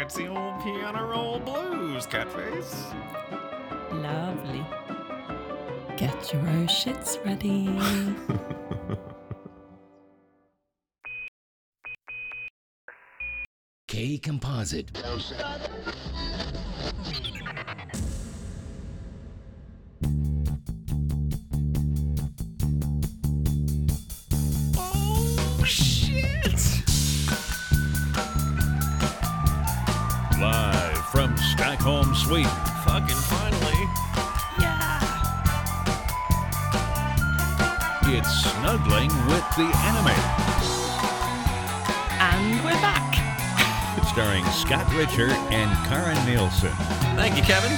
it's the old piano roll blues, Catface. Lovely. Get your own shits ready. K Composite. Oh shit! Live from Stockholm, Sweden. Fucking finally. It's snuggling with the anime, and we're back. starring Scott Richer and Karen Nielsen. Thank you, Kevin.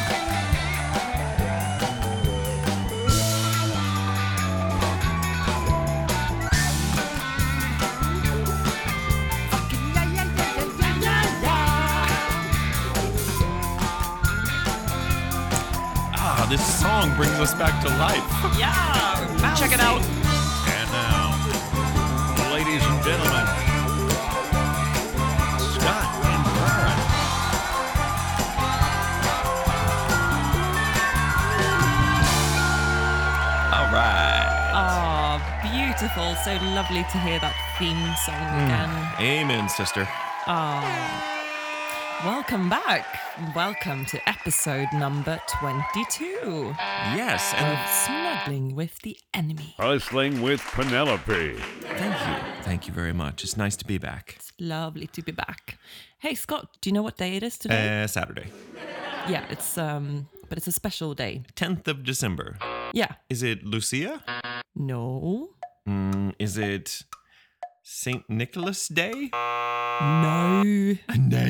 Ah, This song brings us back to life. Yeah. Check it out. And now, ladies and gentlemen, Scott and Karen. All right. Oh, beautiful. So lovely to hear that theme song Mm. again. Amen, sister. Oh. Welcome back. Welcome to episode number 22 Yes, and of Smuggling with the Enemy. Hustling with Penelope. thank you. Thank you very much. It's nice to be back. It's lovely to be back. Hey, Scott, do you know what day it is today? Uh, Saturday, yeah, it's, um, but it's a special day. 10th of December. Yeah. Is it Lucia? No. Mm, is it St. Nicholas Day? No. No.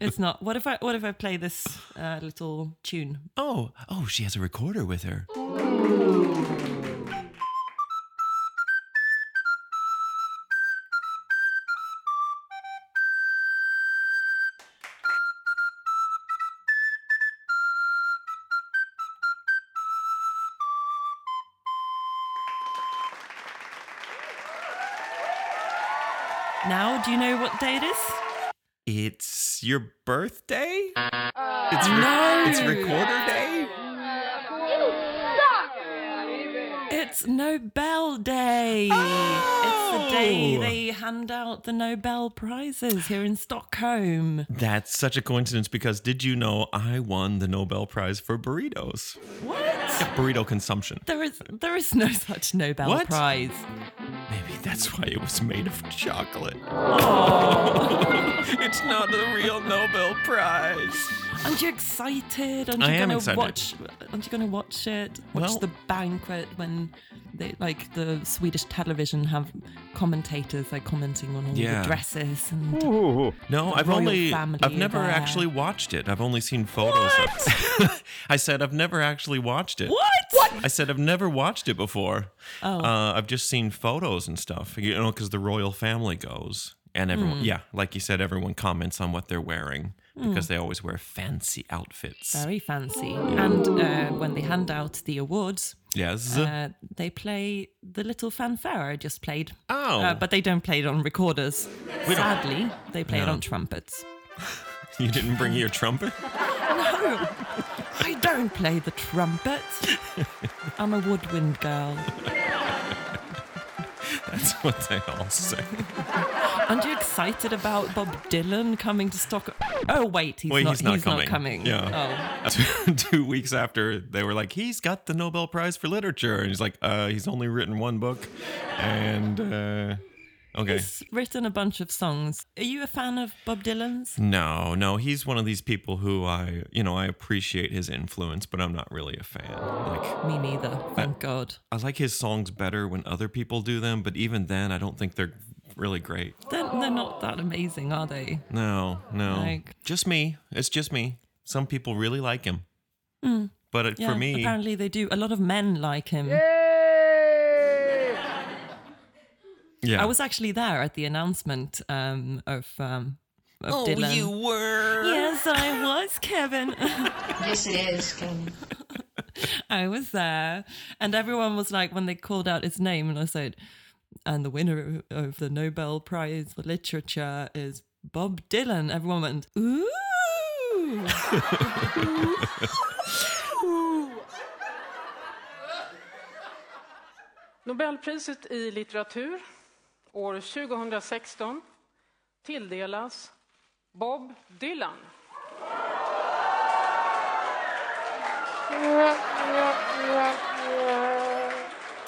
It's not. What if I what if I play this uh, little tune? Oh, oh, she has a recorder with her. Now, do you know what day it is? It's your birthday? It's no. It's recorder day? It's Nobel Day. It's the day Oh. they hand out the Nobel prizes here in Stockholm. That's such a coincidence because did you know I won the Nobel Prize for burritos? What? Burrito consumption. There is there is no such Nobel What? Prize. Maybe that's why it was made of chocolate. it's not the real Nobel Prize. Aren't you excited? Aren't you I am gonna excited. watch aren't you gonna watch it? Watch Well- the banquet when they like the Swedish television have commentators like commenting on all Yeah. the dresses and No, The I've royal only family I've never there. actually watched it. I've only seen photos of it. I said I've never actually watched it. What? What? I said I've never watched it before. Oh. Uh, I've just seen photos and stuff, you know, because the royal family goes and everyone, Hmm. yeah, like you said, everyone comments on what they're wearing because they always wear fancy outfits. Very fancy. And uh, when they hand out the awards, yes. uh, they play the little fanfare I just played. Oh. Uh, but they don't play it on recorders. Sadly, they play it No. on trumpets. you didn't bring your trumpet? No, I don't play the trumpet. I'm a woodwind girl. That's what they all say. Aren't you excited about Bob Dylan coming to Stockholm? Oh wait, he's Wait, not. Oh. he's not coming. Yeah. Yeah. two, two weeks after they were like he's got the nobel prize for literature and he's like uh he's only written one book and uh okay He's written a bunch of songs. Are you a fan of Bob Dylan's? no no he's one of these people who i you know i appreciate his influence but i'm not really a fan like Me neither. Thank Uh. God. i like his songs better when other people do them but even then i don't think they're really great They're, they're not that amazing, are they? no no Like- just me it's just me some people really like him but it, Mm. Yeah, for me apparently they do. A lot of men like him. yeah I was actually there at the announcement um, of um, of oh, Dylan. you were. Yes, I was, Kevin. Yes, it is, Ken. I was there, and everyone was like, when they called out his name, and I said, and the winner of the Nobel Prize for Literature is Bob Dylan, everyone went, ooh. Nobelpriset i litteratur år 2016 tilldelas Bob Dylan.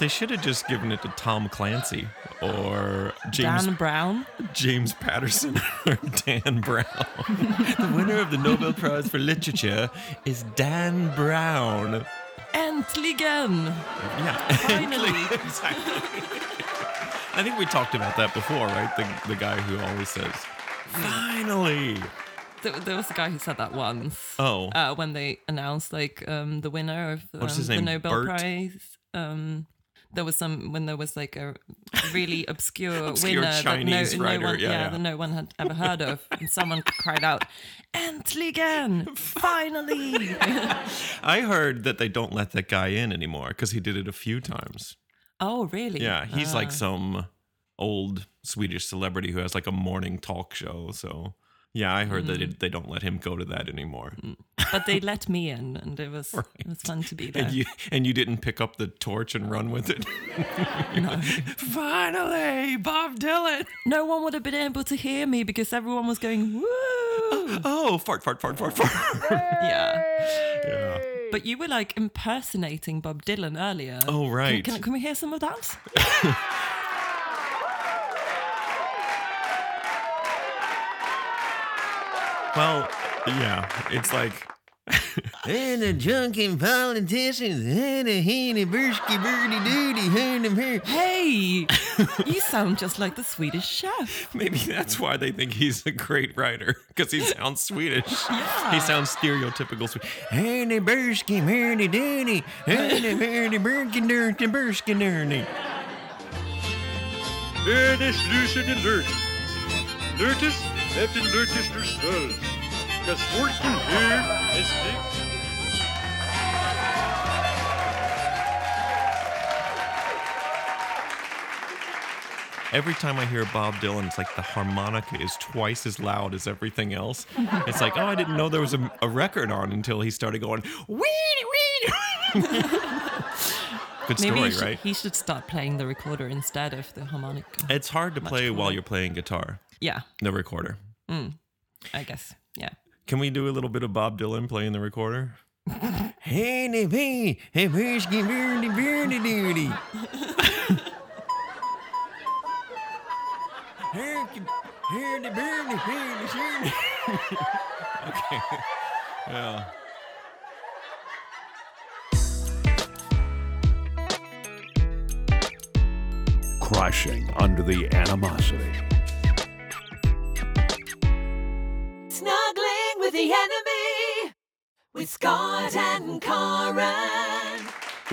They should have just given it to Tom Clancy or James Dan Brown. James Patterson or Dan Brown. the winner of the Nobel Prize for Literature is Dan Brown. Äntligen! Yeah, Finally. exactly. I think we talked about that before, right? The, the guy who always says, "Finally." There, there was a guy who said that once. Oh, Uh, when they announced like um, the winner of um, What's his the name? Nobel Bert? Prize. Um, there was some when there was like a really obscure, Obscure winner Chinese that no, writer, no one, yeah, yeah. that no one had ever heard of, and someone cried out, "Äntligen! Finally!" I heard that they don't let that guy in anymore because he did it a few times. oh, really? Yeah, he's Ah. like some old Swedish celebrity who has like a morning talk show. So, yeah, I heard that Mm. it, they don't let him go to that anymore. Uh, but they let me in, and it was it was fun to be there. And you and you didn't pick up the torch and run with it. Finally, Bob Dylan. no one would have been able to hear me because everyone was going woo. Oh, fart, fart, fart, fart, fart. yeah, yeah. but you were like impersonating Bob Dylan earlier. Oh, right. Can, can we hear some of that? Well, yeah, it's like. and the drunken politicians, and a heeny bursky birdie doody, heard him here. Hey, you sound just like the Swedish chef. Maybe that's why they think he's a great writer, because he sounds Swedish. He sounds stereotypical Swedish. Handy Bursky, Merdy Doody, Handy Merdy Burkin Dirty Bursky Dirty. Er is lusen en lurt. Lurtes heeft een lurtes door stul. Gestorten hier is niks. Every time I hear Bob Dylan, it's like the harmonica is twice as loud as everything else. It's like, oh, I didn't know there was a, a record on until he started going, weedy, weedy. Good story, he should, right? he should start playing the recorder instead of the harmonica. It's hard to play while cooler. you're playing guitar, yeah, the recorder. I guess. Yeah. Can we do a little bit of Bob Dylan playing the recorder? hey, hey, hey, birdie, birdie, birdie, doody. Okay. Yeah. crushing under the animosity. Snuggling with the enemy with Scott and Karen.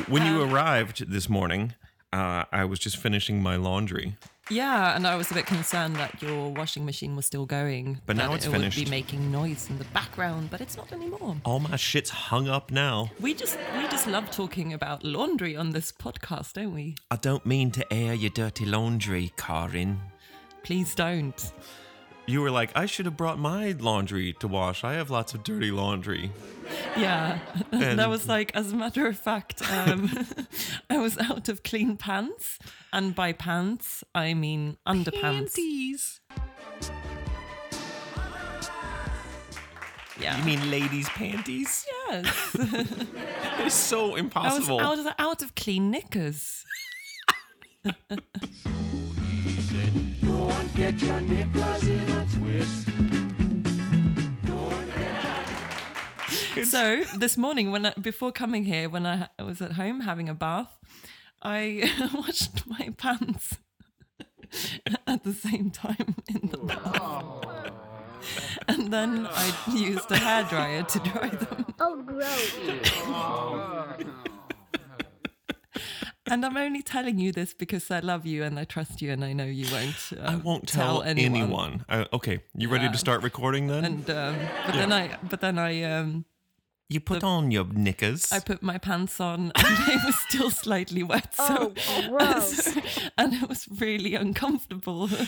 When you Um, arrived this morning, uh, I was just finishing my laundry. Yeah, and I was a bit concerned that your washing machine was still going. But now that it's it would finished. be making noise in the background, but it's not anymore. All my shit's hung up now. We just we just love talking about laundry on this podcast, don't we? I don't mean to air your dirty laundry, Karin. Please don't. You were like, I should have brought my laundry to wash. I have lots of dirty laundry. Yeah. And- And I was like, as a matter of fact, um, I was out of clean pants. And by pants, I mean underpants. Yeah. You mean ladies' panties? yes. It's so I was impossible. out of, out of clean knickers. So this morning, when I, before coming here, when I ha- was at home having a bath, I washed my pants at the same time in the bath, and then I used a hairdryer to dry them. Oh, And I'm only telling you this because I love you and I trust you and I know you won't. I um, won't tell, anyone. Uh, okay, you ready to start recording then? And um, but then I but then I um, You put on your knickers. I put my pants on and they were still slightly wet. So, Oh, gross. and it was really uncomfortable. it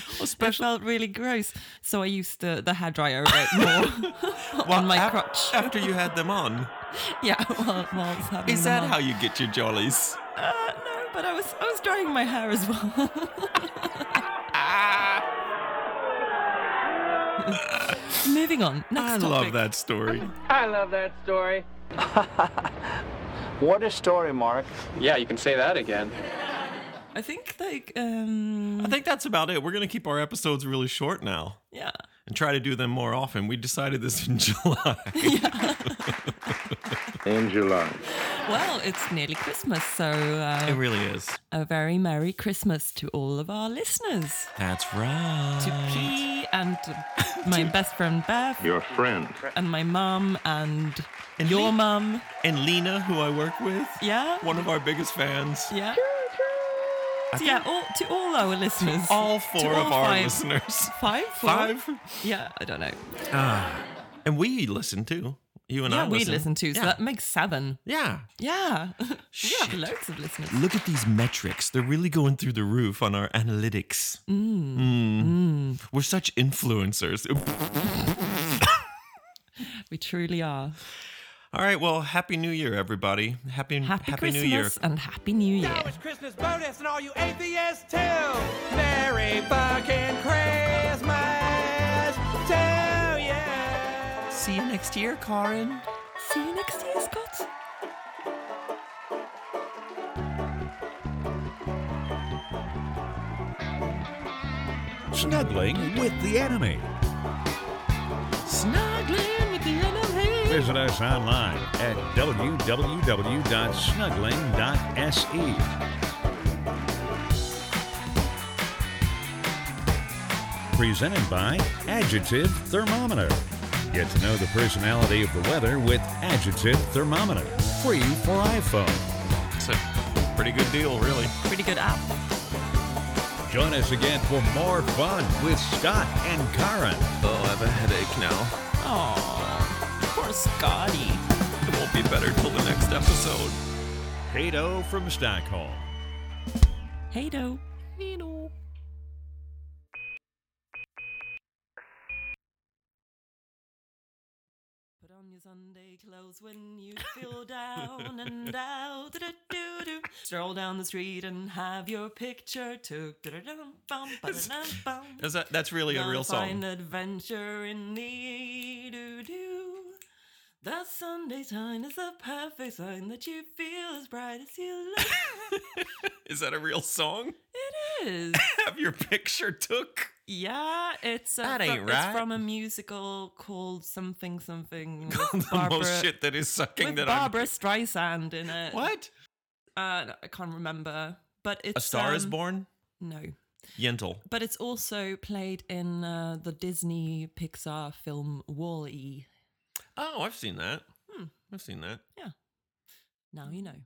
felt really gross. So I used the, the hairdryer a bit more on my af- crotch. After you had them on. Yeah, while, while I was having Is them that on. how you get your jollies? Uh, no, but I was I was drying my hair as well. Moving on. Next I topic. love that story. I love that story. What a story, Mark. Yeah, you can say that again. I think like um I think that's about it. We're going to keep our episodes really short now yeah. and try to do them more often. We decided this in July. In July. Well, it's nearly Christmas, so it uh, really is. a very merry Christmas to all of our listeners. That's right. To P and to my best friend Beth Your friend. and my mum and, And your Lee- mum. And Lena, who I work with, Yeah. one of our biggest fans. Yeah. So yeah, all, to all our listeners. All To four all of our five. listeners. Five? Four? Five? Yeah, I don't know. And we listen too. You and yeah, I we listen. listen too, so yeah. that makes seven. yeah. Yeah. we have Shit. loads of listeners. Look at these metrics. They're really going through the roof on our analytics. Mm. We're such influencers. We truly are. All right. Well, happy New Year, everybody. Happy Happy, Christmas New Year. and Happy New Year. Christmas bonus and all you atheists too. Merry fucking Christmas to you. See you next year, Karin. See you next year, Scott. Snuggling with the enemy. Snuggling with the enemy. Visit us online at www.snuggling.se. Presented by Adjective Thermometer. Get to know the personality of the weather with Adjective Thermometer. Free for iPhone. It's a pretty good deal, really. Pretty good app. Join us again for more fun with Scott and Karen. Oh, I have a headache now. Oh, poor Scotty. It won't be better till the next episode. Cato from Stockholm. Hey, do. Put on your Sunday clothes when you feel down and out. Da-da-doo-doo. Stroll down the street and have your picture took. Da-da-dum-bum, ba-da-dum-bum. Is that, that's really a Gonna real Find song. adventure in the doo-doo. The Sunday sign is the perfect sign that you feel as bright as you look. Is that a real song? it is. Have your picture took. Yeah, it's, uh That fro- ain't it's right. from a musical called something something with the Barbara, most shit that is sucking with that Barbara Streisand in it. I'm. What? Uh, no, I can't remember. But it's A Star is um, Born? No, Yentl. but it's also played in uh, the Disney Pixar film Wall-E. Hmm. Oh, I've seen that. I've seen that. Now you know.